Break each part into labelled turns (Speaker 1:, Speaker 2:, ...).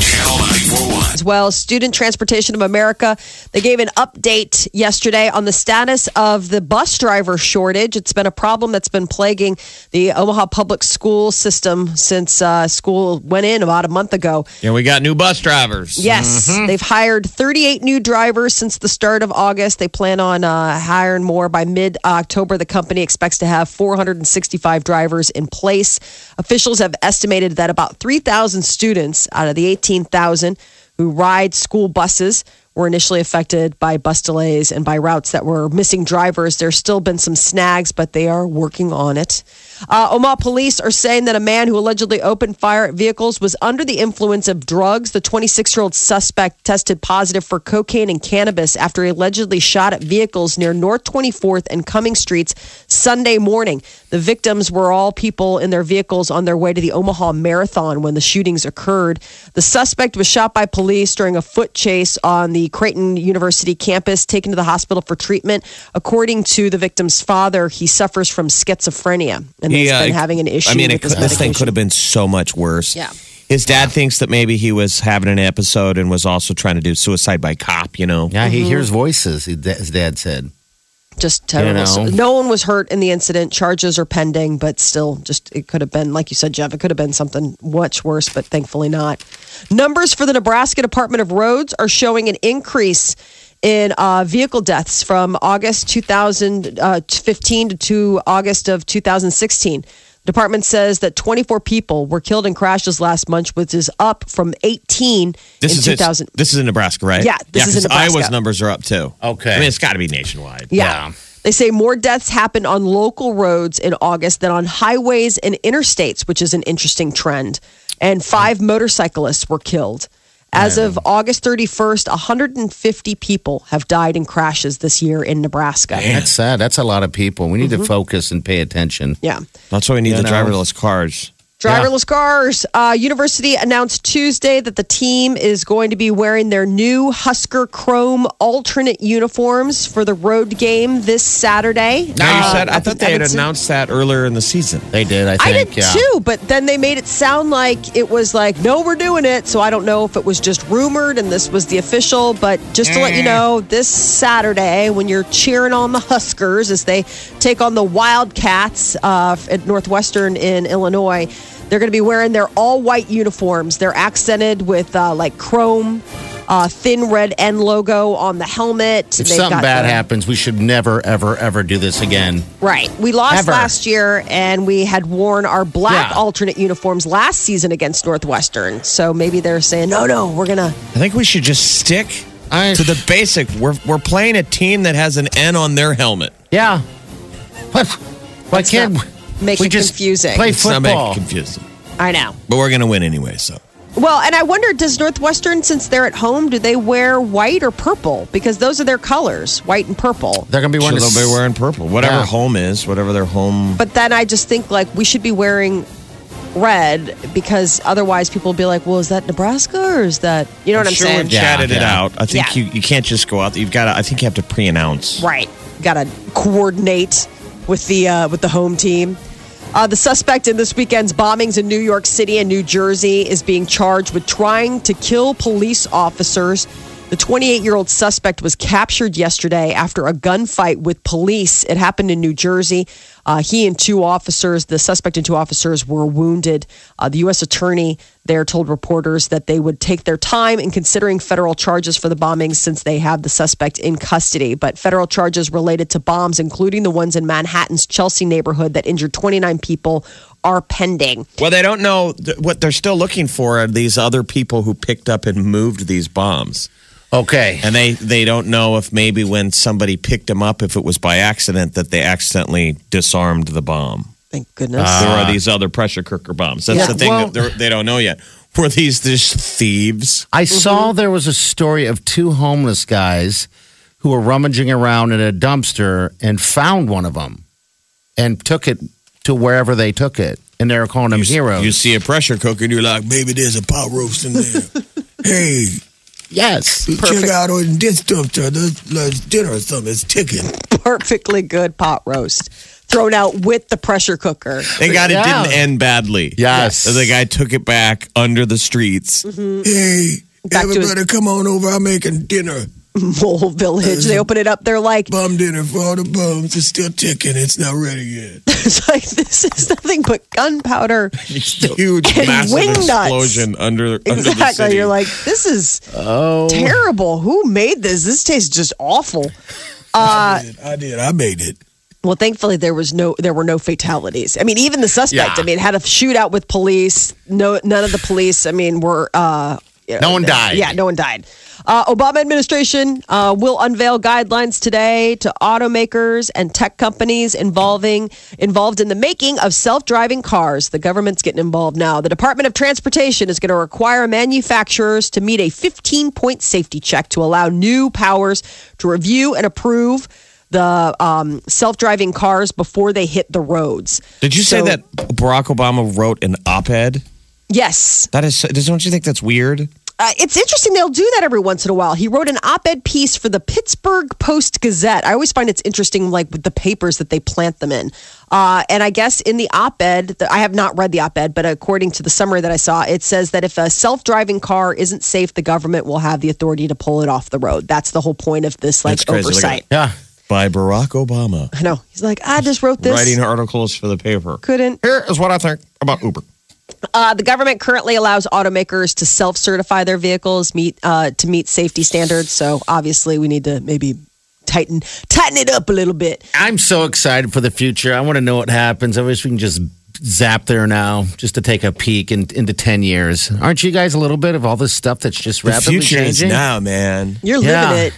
Speaker 1: Channel 941.
Speaker 2: as well. Student Transportation of America, they gave an update yesterday on the status of the bus driver shortage. It's been a problem that's been plaguing the Omaha public school system since uh, school went in about a month ago.
Speaker 3: Yeah, we got new bus drivers.
Speaker 2: Yes, they've hired 38 new drivers since the start of August. They plan on uh, hiring more by mid October. The company expects to have 465 drivers in place. Officials have estimated that about 3,000 students out of the 18,000 who ride school buses were initially affected by bus delays and by routes that were missing drivers. There's still been some snags, but they are working on it. Uh, Omaha police are saying that a man who allegedly opened fire at vehicles was under the influence of drugs. The 26 year old suspect tested positive for cocaine and cannabis after he allegedly shot at vehicles near North 24th and Cummings Streets Sunday morning. The victims were all people in their vehicles on their way to the Omaha Marathon when the shootings occurred. The suspect was shot by police during a foot chase on the Creighton University campus, taken to the hospital for treatment. According to the victim's father, he suffers from schizophrenia and he's
Speaker 3: Yeah,
Speaker 2: been
Speaker 3: it-
Speaker 2: having an issue
Speaker 3: uh, I mean,
Speaker 2: with
Speaker 3: it,
Speaker 2: this
Speaker 3: this thing could have been so much worse.
Speaker 2: Yeah.
Speaker 3: His dad thinks that maybe he was having an episode and was also trying to do suicide by cop, you know?
Speaker 4: Yeah, he hears voices. he- His dad said.
Speaker 2: just terrible.
Speaker 4: You know.
Speaker 2: No one was hurt in the incident. Charges are pending, but still, just it could have been, like you said, Jeff, it could have been something much worse, but thankfully not. Numbers for the Nebraska Department of Roads are showing an increase in uh, vehicle deaths from August 2015 to, to August of 2016. The department says that 24 people were killed in crashes last month, which is up from 18
Speaker 3: This
Speaker 2: in
Speaker 3: is
Speaker 2: 2000.
Speaker 3: this is in Nebraska, right?
Speaker 2: Yeah, this is in
Speaker 3: 'cause
Speaker 2: Nebraska.
Speaker 3: Iowa's numbers are up too.
Speaker 4: Okay.
Speaker 3: I mean, it's got to be nationwide.
Speaker 2: Yeah. They say more deaths happened on local roads in August than on highways and interstates, which is an interesting trend. And five motorcyclists were killed. As of August 31st, 150 people have died in crashes this year in Nebraska.
Speaker 4: That's sad. That's a lot of people. We need to focus and pay attention.
Speaker 2: Yeah.
Speaker 3: That's why we need
Speaker 4: You
Speaker 3: the
Speaker 4: know.
Speaker 3: driverless cars.
Speaker 2: Driverless cars. Uh, University announced Tuesday that the team is going to be wearing their new Husker Chrome alternate uniforms for the road game this Saturday.
Speaker 3: Now you
Speaker 2: Uh,
Speaker 3: said, I
Speaker 2: up in
Speaker 3: thought they had
Speaker 2: Evanston.
Speaker 3: announced that earlier in the season.
Speaker 4: They did. I
Speaker 2: I
Speaker 4: think.
Speaker 2: did
Speaker 4: yeah.
Speaker 2: too, but then they made it sound like it was like, no, we're doing it. So I don't know if it was just rumored and this was the official, but just to let
Speaker 4: Mm.
Speaker 2: you know, this Saturday when you're cheering on the Huskers as they take on the Wildcats uh, at Northwestern in Illinois, they're going to be wearing their all white uniforms. They're accented with uh, like chrome. Uh, thin red N logo on the helmet.
Speaker 4: If
Speaker 2: They've
Speaker 4: something
Speaker 2: got
Speaker 4: bad
Speaker 2: the-
Speaker 4: happens, we should never, ever, ever do this again.
Speaker 2: Right. We lost
Speaker 4: Ever.
Speaker 2: last year and we had worn our black
Speaker 4: Yeah.
Speaker 2: alternate uniforms last season against Northwestern. So maybe they're saying, no, no, we're going to.
Speaker 3: I think we should just stick
Speaker 4: I-
Speaker 3: to the basic. We're, we're playing a team that has an N on their helmet.
Speaker 4: Yeah. What? Why can't
Speaker 2: not- make
Speaker 4: we
Speaker 2: it
Speaker 4: just
Speaker 2: confusing.
Speaker 4: play
Speaker 3: It's not making
Speaker 4: football?
Speaker 3: it confusing.
Speaker 2: I know.
Speaker 3: But we're going to win anyway, so.
Speaker 2: Well, and I wonder, does Northwestern, since they're at home, do they wear white or purple? Because those are their colors, white and purple.
Speaker 4: They're gonna be wearing.
Speaker 3: So
Speaker 4: a
Speaker 3: they'll be
Speaker 4: s-
Speaker 3: wearing purple. Whatever
Speaker 4: Yeah.
Speaker 3: home is, whatever their home.
Speaker 2: But then I just think, like, we should be wearing red because otherwise people will be like, well, is that Nebraska or is that, you know what I'm
Speaker 3: sure
Speaker 2: saying?
Speaker 3: we've chatted
Speaker 4: Yeah,
Speaker 3: it
Speaker 4: yeah.
Speaker 3: out. I
Speaker 2: Yeah.
Speaker 3: think you, you can't just go out. You've got. to I think you have to pre-announce.
Speaker 2: Right. Got to coordinate with the uh, with the home team. Uh, the suspect in this weekend's bombings in New York City and New Jersey is being charged with trying to kill police officers. The 28 year old suspect was captured yesterday after a gunfight with police. It happened in New Jersey. Uh, he and two officers, the suspect and two officers, were wounded. Uh, the U.S. attorney there told reporters that they would take their time in considering federal charges for the bombings since they have the suspect in custody. But federal charges related to bombs, including the ones in Manhattan's Chelsea neighborhood that injured 29 people, are pending.
Speaker 3: Well, they don't know th- what they're still looking for are these other people who picked up and moved these bombs.
Speaker 4: Okay.
Speaker 3: And they, they don't know if maybe when somebody picked them up, if it was by accident that they accidentally disarmed the bomb.
Speaker 2: Thank goodness.
Speaker 3: there are these other pressure cooker bombs. That's
Speaker 2: Yeah.
Speaker 3: the thing
Speaker 4: Well-
Speaker 3: that they're- they don't know yet. Were these just thieves?
Speaker 4: I saw there was a story of two homeless guys who were rummaging around in a dumpster and found one of them and took it to wherever they took it. And they were calling them
Speaker 3: You s-
Speaker 4: heroes.
Speaker 3: You see a pressure cooker and you're like, maybe there's a pot roast in there. hey,
Speaker 4: yes.
Speaker 2: Perfect.
Speaker 1: Check out on this dumpster. There's, there's dinner or something. It's ticking.
Speaker 2: perfectly good pot roast thrown out with the pressure cooker.
Speaker 3: thank God it
Speaker 4: Yeah.
Speaker 3: didn't end badly.
Speaker 4: Yes.
Speaker 3: So the guy took it back under the streets.
Speaker 1: Hey,
Speaker 2: Mm-hmm. Back to his-
Speaker 1: everybody, come on over. I'm making dinner.
Speaker 2: Mole Village. They open it up. They're like,
Speaker 1: Bum dinner for all the bums. It's still ticking. It's not ready yet.
Speaker 2: it's like this is nothing but gunpowder.
Speaker 3: Huge,
Speaker 2: And
Speaker 3: massive
Speaker 2: wing nuts.
Speaker 3: explosion under, under the
Speaker 2: Exactly.
Speaker 3: city.
Speaker 2: You're like, this is
Speaker 4: Oh.
Speaker 2: terrible. Who made this? This tastes just awful. Uh,
Speaker 1: I did. I did. I made it.
Speaker 2: Well, thankfully there was no there were no fatalities. I mean, even the suspect.
Speaker 4: Yeah.
Speaker 2: I mean, had a shootout with police. No, none of the police. I mean, were uh,
Speaker 4: No one died.
Speaker 2: Yeah, no one died. Uh, Obama administration uh, will unveil guidelines today to automakers and tech companies involving involved in the making of self-driving cars. The government's getting involved now. The Department of Transportation is going to require manufacturers to meet a 15-point safety check to allow new powers to review and approve the um, self-driving cars before they hit the roads.
Speaker 3: Did you say
Speaker 2: So-
Speaker 3: that Barack Obama wrote an op-ed?
Speaker 2: Yes.
Speaker 3: That is, so- don't you think that's weird?
Speaker 2: uh, it's interesting they'll do that every once in a while. He wrote an op-ed piece for the Pittsburgh Post Gazette. I always find it's interesting, like with the papers that they plant them in. Uh, and I guess in the op-ed, the, I have not read the op-ed, but according to the summary that I saw, it says that if a self-driving car isn't safe, the government will have the authority to pull it off the road. That's the whole point of this like
Speaker 3: That's crazy. Look
Speaker 2: oversight.
Speaker 3: at
Speaker 4: Yeah.
Speaker 3: By Barack Obama.
Speaker 2: I know. He's like, I just wrote this.
Speaker 3: Writing articles for the paper.
Speaker 2: couldn't
Speaker 3: Here is what I think about Uber.
Speaker 2: Uh, the government currently allows automakers to self-certify their vehicles meet uh, to meet safety standards. So obviously, we need to maybe tighten tighten it up a little bit.
Speaker 4: I'm so excited for the future. I want to know what happens. I wish we can just zap there now just to take a peek in, into 10 years. Aren't you guys a little bit of all this stuff that's just
Speaker 3: The
Speaker 4: rapidly
Speaker 3: future is
Speaker 4: changing?
Speaker 3: now, man.
Speaker 2: You're
Speaker 4: Yeah.
Speaker 2: living it.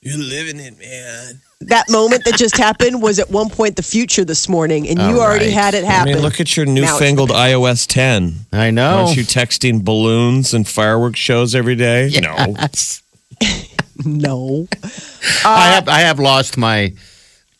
Speaker 1: You're living it, man.
Speaker 2: That moment that just happened was at one point the future this morning, and
Speaker 4: All
Speaker 2: you already
Speaker 4: right.
Speaker 2: had it
Speaker 3: Oh, I
Speaker 2: happen.
Speaker 3: mean, look at your
Speaker 2: Now it's Oh.
Speaker 3: newfangled iOS 10.
Speaker 4: I know.
Speaker 3: Aren't you texting balloons and fireworks shows every day? No.
Speaker 2: no.
Speaker 4: I
Speaker 2: Uh,
Speaker 4: have I have lost my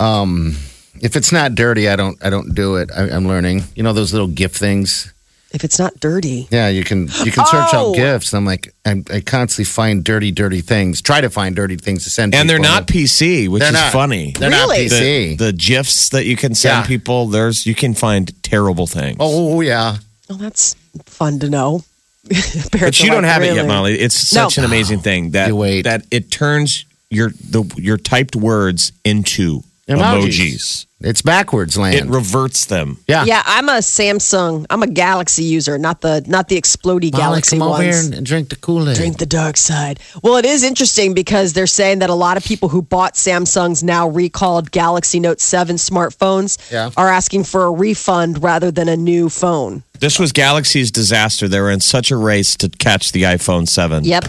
Speaker 4: um if it's not dirty I don't I don't do it. I, I'm learning. You know those little gift things?
Speaker 2: If it's not dirty,
Speaker 4: Yeah, you can you can search
Speaker 2: Oh.
Speaker 4: out gifts. I'm like I'm, I constantly find dirty dirty things. Try to find dirty things to send
Speaker 3: And they're
Speaker 4: people.
Speaker 3: not PC, which
Speaker 4: They're
Speaker 3: is
Speaker 4: not.
Speaker 3: funny.
Speaker 4: They're
Speaker 2: Really?
Speaker 4: not PC.
Speaker 3: The, the GIFs that you can send
Speaker 4: Yeah.
Speaker 3: people, there's you can find terrible things.
Speaker 4: oh yeah.
Speaker 2: well, that's fun to know.
Speaker 3: but you don't have it yet, Molly. It's
Speaker 2: No.
Speaker 3: such an amazing thing that
Speaker 4: You wait.
Speaker 3: that it turns your the your typed words into emojis.
Speaker 4: Emojis. It's backwards land.
Speaker 3: It reverts them.
Speaker 4: yeah.
Speaker 2: Yeah, I'm a Samsung. I'm a Galaxy user, not the not the explodey
Speaker 4: Molly,
Speaker 2: Galaxy
Speaker 4: come over
Speaker 2: ones.
Speaker 4: here and, and drink the Kool-Aid.
Speaker 2: Drink the dark side. Well, it is interesting because they're saying that a lot of people who bought Samsung's now recalled Galaxy Note 7 smartphones
Speaker 4: Yeah.
Speaker 2: are asking for a refund rather than a new phone.
Speaker 3: This was Galaxy's disaster. They were in such a race to catch the iPhone 7.
Speaker 2: Yep.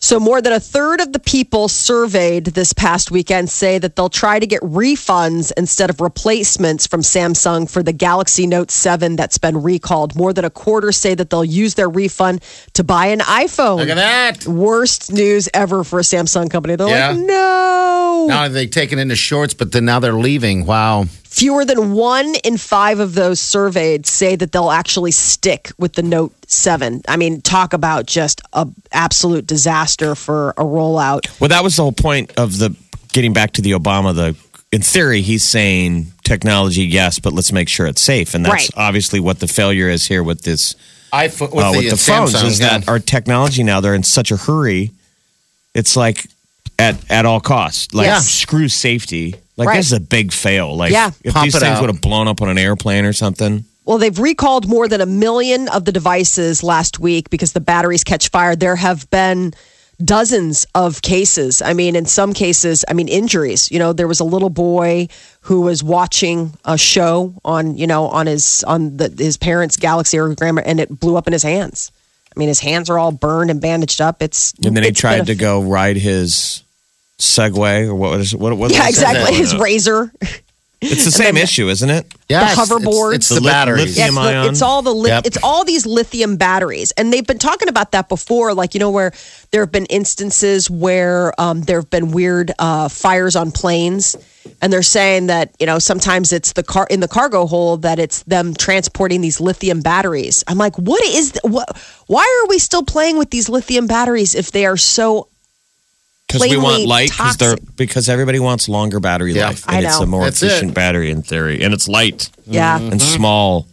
Speaker 2: So, more than a third of the people surveyed this past weekend say that they'll try to get refunds instead of replacements from Samsung for the Galaxy Note 7 that's been recalled. More than a quarter say that they'll use their refund to buy an iPhone.
Speaker 4: Look at that.
Speaker 2: Worst news ever for a Samsung company. They're
Speaker 4: Yeah.
Speaker 2: like, no.
Speaker 4: Now they've taken into shorts, but then now they're leaving. Wow.
Speaker 2: Fewer than one in five of those surveyed say that they'll actually stick with the Note 7. I mean, talk about just a absolute disaster for a rollout.
Speaker 3: Well, that was the whole point of the getting back to the Obama. The in theory, he's saying technology, yes, but let's make sure it's safe, and that's
Speaker 2: Right.
Speaker 3: obviously what the failure is here with this
Speaker 4: I with,
Speaker 3: uh, with the phones
Speaker 4: Samsung,
Speaker 3: is
Speaker 4: yeah.
Speaker 3: that our technology now they're in such a hurry. It's like at at all costs, like
Speaker 4: Yeah.
Speaker 3: screw safety. Like
Speaker 2: Right.
Speaker 3: this is a big fail. Like
Speaker 2: Yeah.
Speaker 3: if
Speaker 4: Pump
Speaker 3: these
Speaker 4: it
Speaker 3: things
Speaker 4: up.
Speaker 3: would have blown up on an airplane or something.
Speaker 2: Well, they've recalled more than a million of the devices last week because the batteries catch fire. There have been dozens of cases. I mean, in some cases, I mean, injuries. You know, there was a little boy who was watching a show on, you know, on his on the, his parents' Galaxy or grandma, and it blew up in his hands. I mean, his hands are all burned and bandaged up. It's
Speaker 3: And then he
Speaker 2: it's been
Speaker 3: tried
Speaker 2: a-
Speaker 3: to go ride his Segway or what was what was
Speaker 2: yeah,
Speaker 3: it?
Speaker 2: exactly. His razor.
Speaker 3: It's the same issue, isn't it?
Speaker 4: Yes, it's-
Speaker 2: hoverboards.
Speaker 4: It's,
Speaker 3: The
Speaker 4: the
Speaker 3: lit-
Speaker 4: batteries.
Speaker 2: Yes,
Speaker 3: lithium-
Speaker 2: but
Speaker 3: ion.
Speaker 2: it's all the li-
Speaker 4: Yep.
Speaker 2: it's all these lithium batteries, and they've been talking about that before. Like you know, where there have been instances where um, there have been weird uh, fires on planes, and they're saying that you know sometimes it's the car in the cargo hold that it's them transporting these lithium batteries. I'm like, what is th- what? Why are we still playing with these lithium batteries if they are so?
Speaker 3: Because we want
Speaker 2: Plainly
Speaker 3: light. Because they're because everybody wants longer battery
Speaker 4: Yeah.
Speaker 3: life,
Speaker 2: I
Speaker 3: and it's
Speaker 2: know.
Speaker 3: a more
Speaker 4: That's
Speaker 3: efficient
Speaker 4: it. Mm-hmm.
Speaker 3: battery in theory, and it's light
Speaker 2: Yeah.
Speaker 3: and small.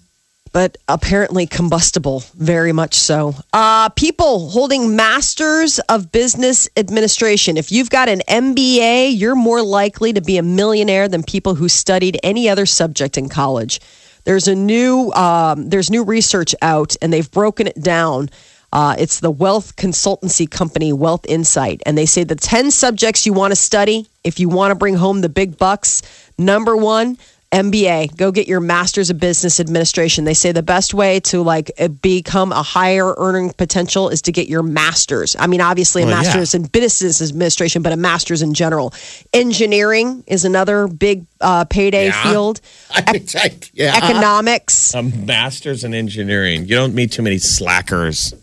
Speaker 2: but apparently combustible, very much so. Uh, people holding masters of business administration. If you've got an MBA, you're more likely to be a millionaire than people who studied any other subject in college. There's a new um, there's new research out, and they've broken it down. Uh, it's the wealth consultancy company Wealth Insight, and they say the ten subjects you want to study if you want to bring home the big bucks. Number one, MBA. Go get your master's of business administration. They say the best way to like eh, become a higher earning potential is to get your master's. I mean, obviously a
Speaker 3: Well, yeah.
Speaker 2: master's in business administration, but a master's in general. Engineering is another big uh, payday
Speaker 4: Yeah.
Speaker 2: field.
Speaker 4: yeah.
Speaker 2: Economics.
Speaker 3: A Um, master's in engineering. You don't meet too many slackers.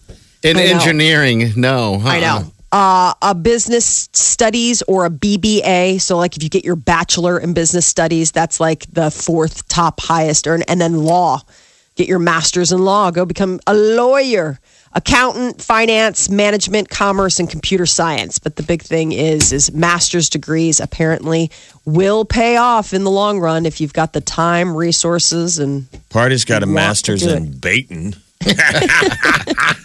Speaker 4: In
Speaker 2: I know.
Speaker 4: engineering, no. uh-uh.
Speaker 2: I know. Uh, a business studies or a BBA. So, like, if you get your bachelor in business studies, that's like the fourth top highest earn. And then law, get your master's in law, go become a lawyer, accountant, finance, management, commerce, and computer science. But the big thing is, is master's degrees apparently will pay off in the long run if you've got the time, resources, and
Speaker 3: Party's got a
Speaker 2: want to
Speaker 3: master's
Speaker 2: do
Speaker 3: in baiting.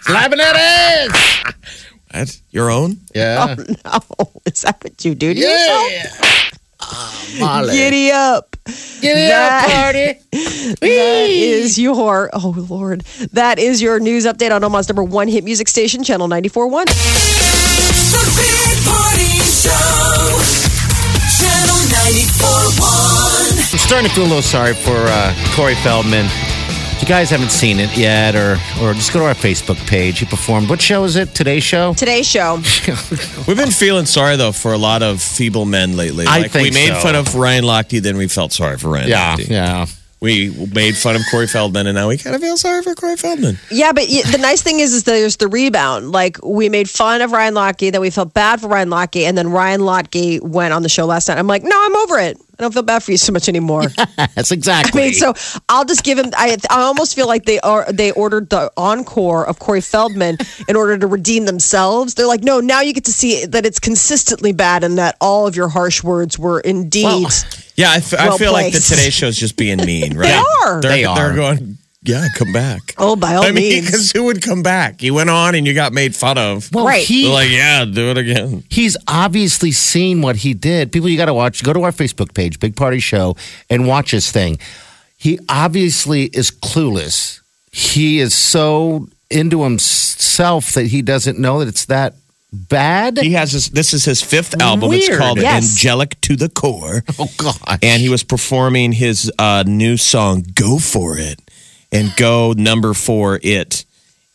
Speaker 4: Slapping it is.
Speaker 3: That's your own.
Speaker 4: Yeah.
Speaker 2: oh, is that what you do to yourself?
Speaker 4: yeah. Oh, Molly.
Speaker 2: Giddy up.
Speaker 4: Get it
Speaker 2: That-
Speaker 4: out, party.
Speaker 2: That is your oh lord. That is your news update on Omaha's number one hit music station, Channel 941.
Speaker 5: The Big Party Show. Channel 94.1.
Speaker 4: I'm starting to feel a little sorry for uh, Corey Feldman. If you guys haven't seen it yet, or or just go to our Facebook page. He performed. What show is it? Today's show.
Speaker 2: Today's show.
Speaker 3: We've been feeling sorry though for a lot of feeble men lately.
Speaker 4: I
Speaker 3: like
Speaker 4: think
Speaker 3: we made
Speaker 4: so.
Speaker 3: fun of Ryan Lochte, then we felt sorry for Ryan. Lochte.
Speaker 4: yeah.
Speaker 3: We made fun of Corey Feldman, and now we kind of feel sorry for Corey Feldman.
Speaker 2: Yeah, but y- the nice thing is, is there's the rebound. Like we made fun of Ryan Lochte, then we felt bad for Ryan Lochte, and then Ryan Lochte went on the show last night. I'm like, no, I'm over it. I don't feel bad for you so much anymore.
Speaker 4: That's exactly.
Speaker 2: I mean, so I'll just give him. I I almost feel like they are they ordered the encore of Corey Feldman in order to redeem themselves. They're like, no, now you get to see that it's consistently bad and that all of your harsh words were indeed.
Speaker 3: Yeah, I, f- I
Speaker 2: Well
Speaker 3: feel like the
Speaker 2: placed.
Speaker 3: Today Show's just being mean, right?
Speaker 2: are.
Speaker 3: They're,
Speaker 4: They
Speaker 3: They're
Speaker 4: are.
Speaker 3: going, yeah, come back.
Speaker 2: oh, by all
Speaker 3: I mean,
Speaker 2: means,
Speaker 3: because who would come back? You went on and you got made fun of.
Speaker 4: well,
Speaker 2: Right.
Speaker 4: he
Speaker 3: They're like, yeah, do it again.
Speaker 4: he's obviously seen what he did. People, you got to watch. Go to our Facebook page, Big Party Show, and watch his thing. He obviously is clueless. He is so into himself that he doesn't know that it's that bad.
Speaker 3: He has this. This is his fifth album. It's
Speaker 4: Weird.
Speaker 3: called
Speaker 2: Yes.
Speaker 3: Angelic to the Core.
Speaker 4: oh God!
Speaker 3: and he was performing his uh, new song "Go for It" and "Go Number Four It,"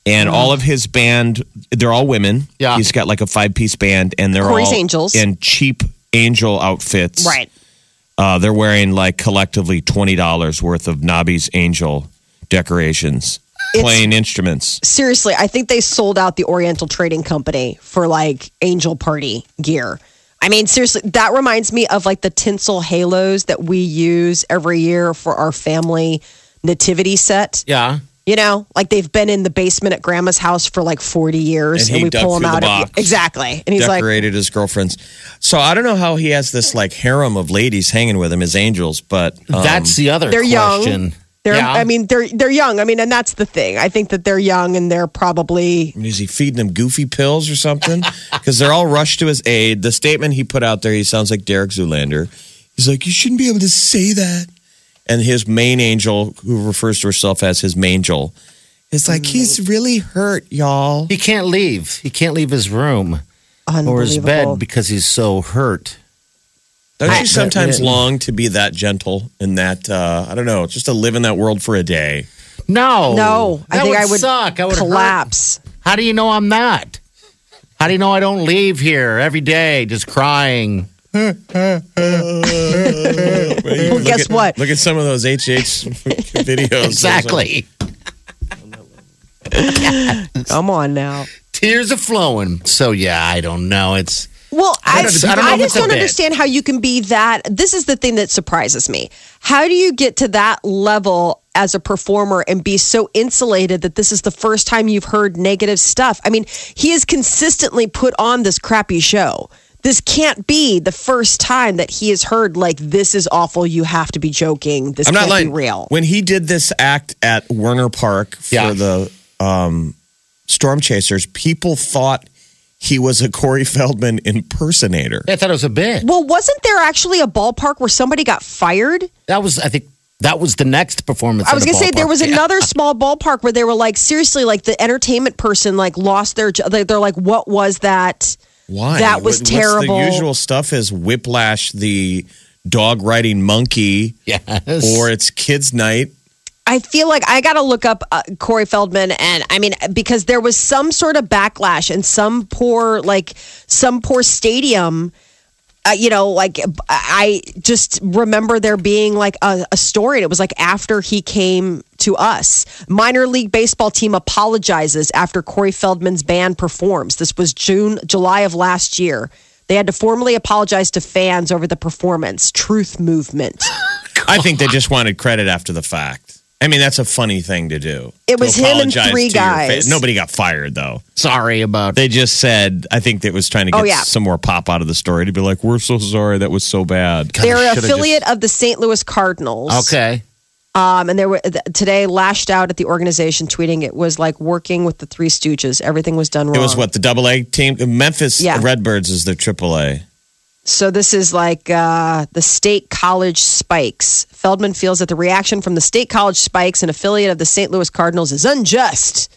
Speaker 3: and all of his band they're all women.
Speaker 4: Yeah.
Speaker 3: he's got like a five piece band, and they're
Speaker 2: Corey's
Speaker 3: all
Speaker 2: Angels.
Speaker 3: in cheap angel outfits. uh, they're wearing like collectively twenty dollars worth of Nobby's Angel decorations,
Speaker 2: It's-
Speaker 3: playing instruments.
Speaker 2: Seriously, I think they sold out the Oriental Trading Company for like angel party gear. I mean, seriously, that reminds me of like the tinsel halos that we use every year for our family nativity set.
Speaker 4: yeah,
Speaker 2: You know, like they've been in the basement at grandma's house for like 40 years
Speaker 3: And
Speaker 2: and,
Speaker 3: he
Speaker 2: we
Speaker 3: dug
Speaker 2: pull them
Speaker 3: through
Speaker 2: out.
Speaker 3: the
Speaker 2: every-
Speaker 3: box.
Speaker 2: exactly. And he's like,
Speaker 3: decorated his girlfriend's. So I don't know how he has this like harem of ladies hanging with him, his angels, but um,
Speaker 4: that's the other.
Speaker 2: they're
Speaker 4: question.
Speaker 2: young. They're,
Speaker 4: Yeah.
Speaker 2: I mean, they're, they're young. I mean, and that's the thing. I think that they're young and they're probably,
Speaker 3: I mean, Is he feeding them goofy pills or something? Because they're all rushed to his aid. The statement he put out there, he sounds like Derek Zoolander. He's like, you shouldn't be able to say that. And his main angel, who refers to herself as his angel, is
Speaker 2: Mm.
Speaker 3: like, he's really hurt, y'all.
Speaker 4: He can't leave. He can't leave his room
Speaker 2: unbelievable.
Speaker 4: or his bed because he's so hurt.
Speaker 3: Don't you sometimes
Speaker 4: Yeah.
Speaker 3: long to be that gentle and that, uh, I don't know, just to live in that world for a day?
Speaker 4: No,
Speaker 2: No, I
Speaker 4: That
Speaker 2: think I would
Speaker 4: suck. I would hurt.
Speaker 2: collapse.
Speaker 4: How do you know I'm not? How do you know I don't leave here every day just crying?
Speaker 3: well,
Speaker 2: guess what?
Speaker 3: Look at some of those HH videos.
Speaker 4: Exactly.
Speaker 2: Come on now.
Speaker 4: Tears are flowing. So yeah, I don't know. It's
Speaker 2: Well, I,
Speaker 4: I don't- I don't know
Speaker 2: I
Speaker 4: if
Speaker 2: just
Speaker 4: it's a
Speaker 2: don't
Speaker 4: bit.
Speaker 2: understand how you can be that. This is the thing that surprises me. How do you get to that level as a performer and be so insulated that this is the first time you've heard negative stuff? I mean, he has consistently put on this crappy show. This can't be the first time that he has heard like this is awful. You have to be joking. This
Speaker 3: I'm
Speaker 2: can't
Speaker 3: not lying.
Speaker 2: be real.
Speaker 3: When he did this act at Werner Park for
Speaker 4: Yeah.
Speaker 3: the um, Storm Chasers, people thought he was a Corey Feldman impersonator.
Speaker 4: I thought it was a bit.
Speaker 2: Well, wasn't there actually a ballpark where somebody got fired?
Speaker 4: That was I think that was the next performance.
Speaker 2: I was
Speaker 4: at a
Speaker 2: gonna say there
Speaker 4: ballpark.
Speaker 2: was
Speaker 4: Yeah.
Speaker 2: another small ballpark where they were like, seriously, like the entertainment person like lost their. jo- they- They're like, what was that?
Speaker 3: Why?
Speaker 2: That was
Speaker 3: What-
Speaker 2: terrible.
Speaker 3: What's the usual stuff is Whiplash, the dog riding monkey,
Speaker 4: Yes.
Speaker 3: or it's Kids Night.
Speaker 2: I feel like I gotta look up uh, Corey Feldman, and I mean because there was some sort of backlash and some poor like some poor stadium. Uh, you know, like I I just remember there being like a, a story, and it was like after he came to us, minor league baseball team apologizes after Corey Feldman's band performs. This was June, July of last year. They had to formally apologize to fans over the performance. Truth movement.
Speaker 3: I think they just wanted credit after the fact. I mean, that's a funny thing to do.
Speaker 2: It
Speaker 3: To
Speaker 2: was him and
Speaker 3: apologize
Speaker 2: three
Speaker 3: to your fa-
Speaker 2: guys.
Speaker 3: Nobody got fired, though.
Speaker 4: sorry about
Speaker 3: They just said, I think that was trying to get
Speaker 2: Oh, yeah.
Speaker 3: some more pop out of the story to be like, we're so sorry. That was so bad.
Speaker 2: They're
Speaker 4: I
Speaker 2: an
Speaker 4: should've
Speaker 2: affiliate of the St. Louis Cardinals.
Speaker 4: Okay.
Speaker 2: Um, and they were th- today lashed out at the organization, tweeting it was like working with the Three Stooges. Everything was done wrong.
Speaker 3: It was what the double A team, Memphis
Speaker 2: Yeah.
Speaker 3: Redbirds is their triple A.
Speaker 2: So this is like uh, the state college spikes. Feldman feels that the reaction from the state college spikes, an affiliate of the St. Louis Cardinals, is unjust.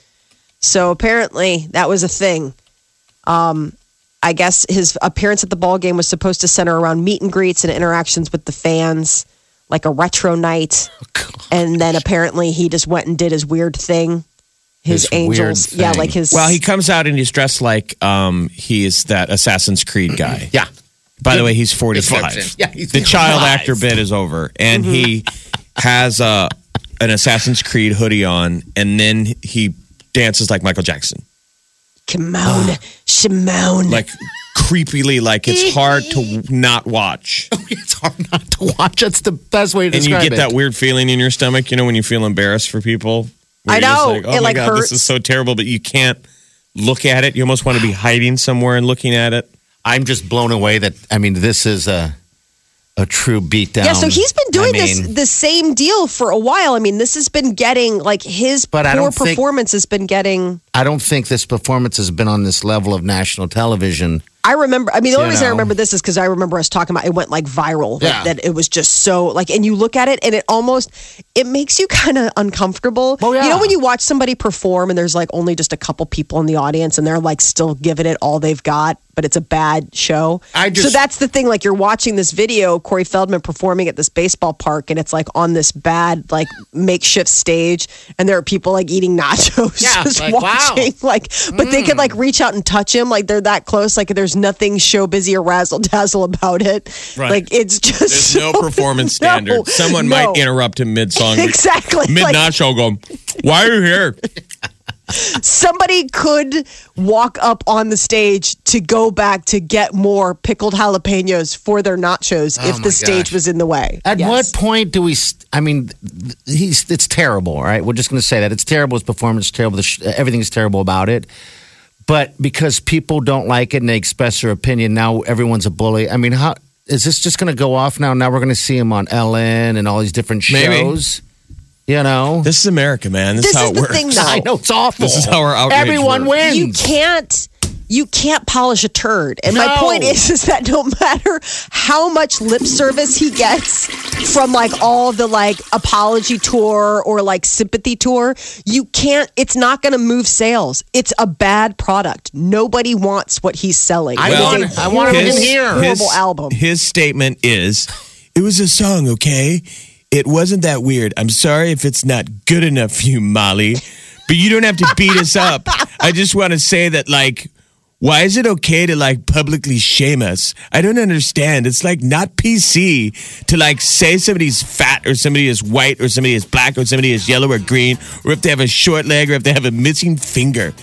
Speaker 2: So apparently that was a thing. Um, I guess his appearance at the ball game was supposed to center around meet and greets and interactions with the fans, like a retro night.
Speaker 4: Oh,
Speaker 2: and then apparently he just went and did his weird thing. His,
Speaker 4: His weird
Speaker 2: angels, yeah,
Speaker 4: thing.
Speaker 2: like his.
Speaker 3: Well, he comes out and he's dressed like um, he is that Assassin's Creed guy.
Speaker 4: Yeah.
Speaker 3: By the way, he's 45.
Speaker 4: description. Yeah, he's
Speaker 3: the child
Speaker 4: 45.
Speaker 3: actor bit is over, and he
Speaker 2: Mm-hmm.
Speaker 3: has a, an Assassin's Creed hoodie on, and then he dances like Michael Jackson,
Speaker 2: Kimon, Shimon.
Speaker 3: like creepily, like it's hard to not watch,
Speaker 4: It's hard not to watch. That's the best way to
Speaker 3: and you
Speaker 4: describe
Speaker 3: get
Speaker 4: it.
Speaker 3: that weird feeling in your stomach, you know, when you feel embarrassed for people. where
Speaker 2: I
Speaker 3: you're just
Speaker 2: know.
Speaker 3: like, oh
Speaker 2: It,
Speaker 3: my
Speaker 2: like,
Speaker 3: god,
Speaker 2: hurts.
Speaker 3: this is so terrible, but you can't look at it. You almost want to be hiding somewhere and looking at it.
Speaker 4: I'm just blown away that I mean this is a a true beatdown.
Speaker 2: Yeah, so he's been doing
Speaker 4: I
Speaker 2: this
Speaker 4: mean,
Speaker 2: the same deal for a while. I mean, this has been getting like his
Speaker 4: But I
Speaker 2: poor
Speaker 4: don't think-
Speaker 2: performance has been getting.
Speaker 4: I don't think this performance has been on this level of national television.
Speaker 2: I remember. I mean, the only
Speaker 4: You
Speaker 2: reason I
Speaker 4: know.
Speaker 2: remember this is because I remember us talking about it went like viral. like,
Speaker 4: Yeah.
Speaker 2: that it was just so like, and you look at it and it almost it makes you kind of uncomfortable.
Speaker 4: Oh, yeah.
Speaker 2: You know when you watch somebody perform and there's like only just a couple people in the audience and they're like still giving it all they've got, but it's a bad show.
Speaker 4: I
Speaker 2: so
Speaker 4: just-
Speaker 2: that's the thing. Like you're watching this video, Corey Feldman performing at this baseball park, and it's like on this bad like makeshift stage, and there are people like eating nachos,
Speaker 4: Yeah,
Speaker 2: just
Speaker 4: like, wow.
Speaker 2: watching like but they could
Speaker 3: Mm.
Speaker 2: like reach out and touch him like they're that close like there's nothing show busy or razzle dazzle about it
Speaker 3: Right.
Speaker 2: like it's just
Speaker 3: There's no performance
Speaker 2: no,
Speaker 3: standard. Someone
Speaker 2: no.
Speaker 3: might interrupt him mid song.
Speaker 2: exactly
Speaker 3: Mid
Speaker 2: like
Speaker 3: nacho go, why are you here?
Speaker 2: somebody could walk up on the stage to go back to get more pickled jalapenos for their nachos
Speaker 3: Oh
Speaker 2: if the stage was in the way
Speaker 4: At
Speaker 2: Yes.
Speaker 4: what point do we? St- I mean, th- he's it's terrible. All right, we're just going to say that it's terrible. His performance is terrible. The sh- everything's terrible about it. But because people don't like it and they express their opinion, now everyone's a bully. I mean, how is this just going to go off now? Now we're going to see him on Ellen and all these different
Speaker 3: Maybe.
Speaker 4: shows. You know,
Speaker 3: This is America, man. This,
Speaker 2: This
Speaker 3: is how
Speaker 2: is
Speaker 3: it
Speaker 2: the
Speaker 3: works.
Speaker 2: thing, though.
Speaker 4: I know it's awful.
Speaker 3: This is how our outrage
Speaker 4: Everyone
Speaker 3: works.
Speaker 4: wins.
Speaker 2: you can't you can't polish a turd and my
Speaker 4: No.
Speaker 2: point is is that no matter how much lip service he gets from like all the like apology tour or like sympathy tour you can't it's not going to move sales it's a bad product nobody wants what he's selling
Speaker 4: I
Speaker 2: It's a
Speaker 4: want- I want him in
Speaker 2: horrible,
Speaker 4: here.
Speaker 2: horrible album
Speaker 3: His statement is, it was a song, okay? It wasn't that weird. I'm sorry if it's not good enough for you, Molly, but you don't have to beat us up. I just want to say that, like, Why is it okay to like publicly shame us? I don't understand. It's like not PC to like say somebody's fat or somebody is white or somebody is black or somebody is yellow or green or if they have a short leg or if they have a missing finger.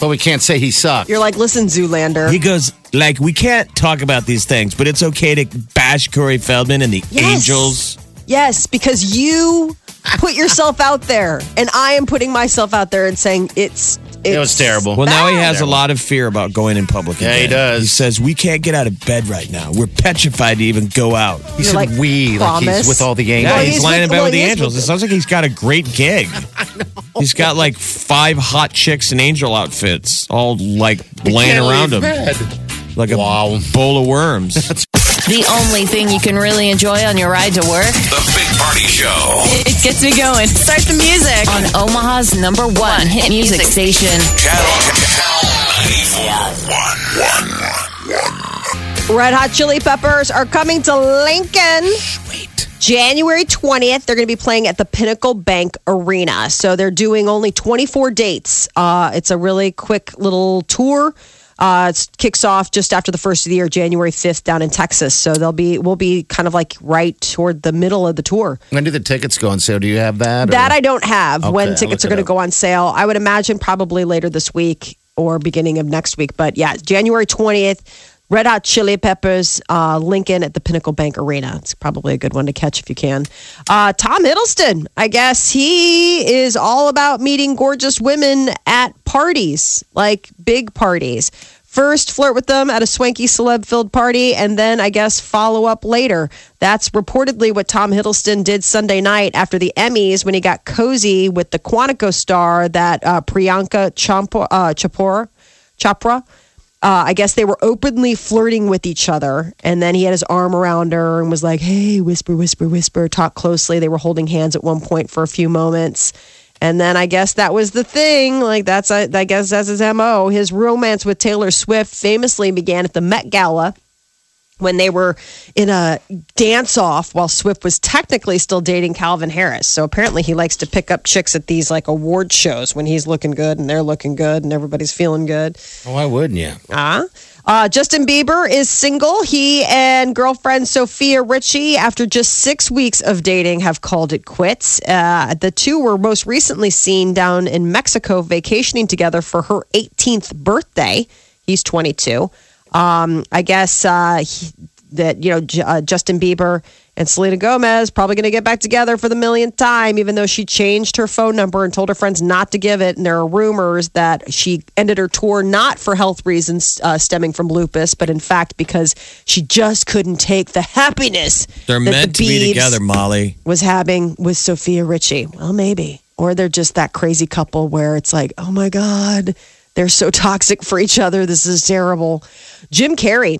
Speaker 4: But we can't say he sucked.
Speaker 2: You're like, listen, Zoolander.
Speaker 3: He goes, like, we can't talk about these things, but it's okay to bash Corey Feldman and the
Speaker 2: Yes.
Speaker 3: Angels.
Speaker 2: Yes, because you put yourself out there, and I am putting myself out there and saying it's. it's
Speaker 4: It was terrible.
Speaker 3: Well, now he has a lot of fear about going in public.
Speaker 4: Yeah, he
Speaker 3: again.
Speaker 4: does.
Speaker 3: He says, we can't get out of bed right now. We're petrified to even go out.
Speaker 4: he
Speaker 2: You're
Speaker 4: said
Speaker 2: like,
Speaker 4: we, like
Speaker 2: promise.
Speaker 4: he's with all the angels.
Speaker 3: Yeah,
Speaker 2: Well,
Speaker 3: he's,
Speaker 2: he's
Speaker 3: lying
Speaker 2: with-
Speaker 3: in bed
Speaker 2: well,
Speaker 3: with the
Speaker 2: he is
Speaker 3: angels.
Speaker 2: with
Speaker 3: It sounds like he's got a great gig. He's got like five hot chicks and angel outfits all like laying around him like
Speaker 4: Wow.
Speaker 3: a bowl of worms.
Speaker 6: The only thing you can really enjoy on your ride to work.
Speaker 1: The Big Party Show.
Speaker 6: It gets me going. Start the music on Omaha's number one, hit music, station.
Speaker 1: Channel, channel 941.
Speaker 2: Red Hot Chili Peppers are coming to Lincoln. January 20th, they're going to be playing at the Pinnacle Bank Arena. So they're doing only 24 dates. Uh, it's a really quick little tour. Uh, it kicks off just after the first of the year, January 5th, down in Texas. So they'll be, we'll be kind of like right toward the middle of the tour.
Speaker 4: When do the tickets go on sale? Do you have that? or-
Speaker 2: That I don't have when
Speaker 4: Okay, I'll
Speaker 2: tickets are
Speaker 4: look
Speaker 2: going
Speaker 4: it
Speaker 2: to
Speaker 4: up.
Speaker 2: go on sale. I would imagine probably later this week or beginning of next week. But yeah, January 20th, Red Hot Chili Peppers, uh, Lincoln at the Pinnacle Bank Arena. It's probably a good one to catch if you can. Uh, Tom Hiddleston, I guess he is all about meeting gorgeous women at parties, like big parties. First, flirt with them at a swanky celeb filled party, and then I guess follow up later. That's reportedly what Tom Hiddleston did Sunday night after the Emmys when he got cozy with the Quantico star that uh, Priyanka Champo, uh, Chopra. Chopra. Uh, I guess they were openly flirting with each other, and then he had his arm around her and was like, "Hey, whisper, whisper, whisper, talk closely." They were holding hands at one point for a few moments, and then I guess that was the thing. Like that's I, I guess that's his mo. His romance with Taylor Swift famously began at the Met Gala when they were in a dance off while Swift was technically still dating Calvin Harris. So apparently he likes to pick up chicks at these like award shows when he's looking good and they're looking good and everybody's feeling good.
Speaker 4: Oh, why wouldn't you?
Speaker 2: Uh-huh. Uh, Justin Bieber is single. He and girlfriend Sophia Richie, after just six weeks of dating, have called it quits. Uh, the two were most recently seen down in Mexico vacationing together for her 18th birthday. He's 22. Um, I guess uh, he- that you know J- uh, Justin Bieber and Selena Gomez probably going to get back together for the millionth time, even though she changed her phone number and told her friends not to give it. And there are rumors that she ended her tour not for health reasons uh, stemming from lupus, but in fact because she just couldn't take the happiness
Speaker 3: They're
Speaker 2: that
Speaker 3: meant
Speaker 2: the
Speaker 3: to be
Speaker 2: Biebs
Speaker 3: together, Molly.
Speaker 2: was having with Sophia Richie. Well, maybe, or they're just that crazy couple where it's like, oh my god. They're so toxic for each other. This is terrible. Jim Carrey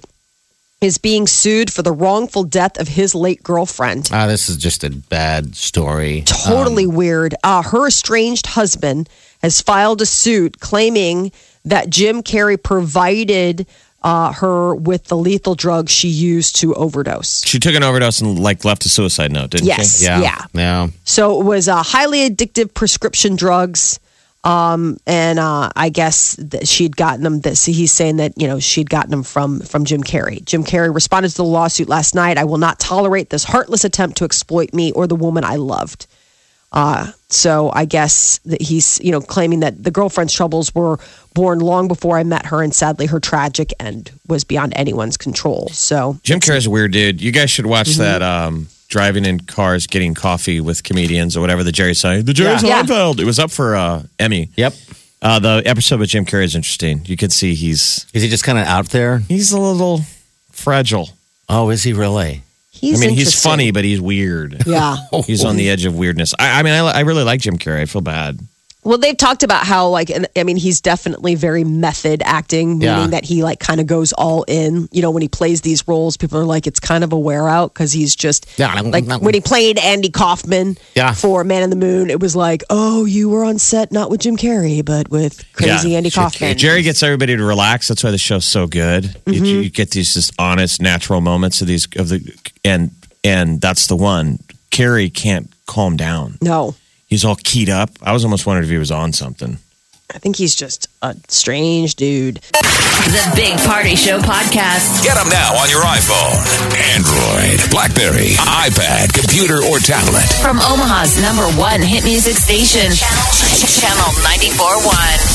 Speaker 2: is being sued for the wrongful death of his late girlfriend.
Speaker 4: Ah, this is just a bad story.
Speaker 2: Totally weird. Uh, her estranged husband has filed a suit claiming that Jim Carrey provided uh, her with the lethal drug she used to overdose.
Speaker 3: She took an overdose and like left a suicide note, didn't
Speaker 2: Yes.
Speaker 3: she?
Speaker 4: Yeah.
Speaker 2: Yeah.
Speaker 4: Yeah.
Speaker 2: So it was uh, highly addictive prescription drugs. Um, and uh, I guess that she'd gotten them. That so he's saying that you know she'd gotten them from from Jim Carrey. Jim Carrey responded to the lawsuit last night. I will not tolerate this heartless attempt to exploit me or the woman I loved. Uh, so I guess that he's you know claiming that the girlfriend's troubles were born long before I met her, and sadly her tragic end was beyond anyone's control. So
Speaker 3: Jim Carrey's a weird dude. You guys should watch
Speaker 2: Mm-hmm.
Speaker 3: that um, driving in cars, getting coffee with comedians or whatever the Jerry Seinfeld. The Jerry
Speaker 2: Yeah. Yeah.
Speaker 3: Seinfeld. It was up for uh, Emmy.
Speaker 4: Yep.
Speaker 3: Uh, the episode with Jim Carrey is interesting. You can see he's
Speaker 4: Is he just kind of out there?
Speaker 3: he's a little fragile.
Speaker 4: Oh, is he really?
Speaker 2: he's
Speaker 3: I mean, he's
Speaker 2: interesting.
Speaker 3: funny, but he's weird.
Speaker 2: Yeah.
Speaker 3: He's on the edge of weirdness. I, I mean, I, li- I really like Jim Carrey. I feel bad.
Speaker 2: Well, they've talked about how, like, and, I mean, he's definitely very method acting, meaning
Speaker 4: Yeah.
Speaker 2: that he, like, kind of goes all in. You know, when he plays these roles, people are like, it's kind of a wear out because he's just,
Speaker 4: Yeah,
Speaker 3: Mm-hmm.
Speaker 4: I don't-
Speaker 2: like,
Speaker 4: not-
Speaker 2: when he played Andy Kaufman
Speaker 3: Ah.
Speaker 4: Yeah.
Speaker 2: for Man in the Moon, it was like, oh, you were on set not with Jim Carrey, but with crazy
Speaker 3: Yeah.
Speaker 2: Andy Kaufman.
Speaker 3: Jerry gets everybody to relax. That's why the show's so good. You,
Speaker 2: Mm-hmm.
Speaker 3: you get these just honest, natural moments of these of the and and that's the one. Carrey can't calm down.
Speaker 2: no.
Speaker 3: He's all keyed up. I was almost wondering if he was on something.
Speaker 2: I think he's just a strange dude.
Speaker 6: The Big Party Show podcast.
Speaker 1: Get them now on your iPhone, Android, Blackberry, iPad, computer, or tablet.
Speaker 6: From Omaha's number one hit music station, Channel 94.1.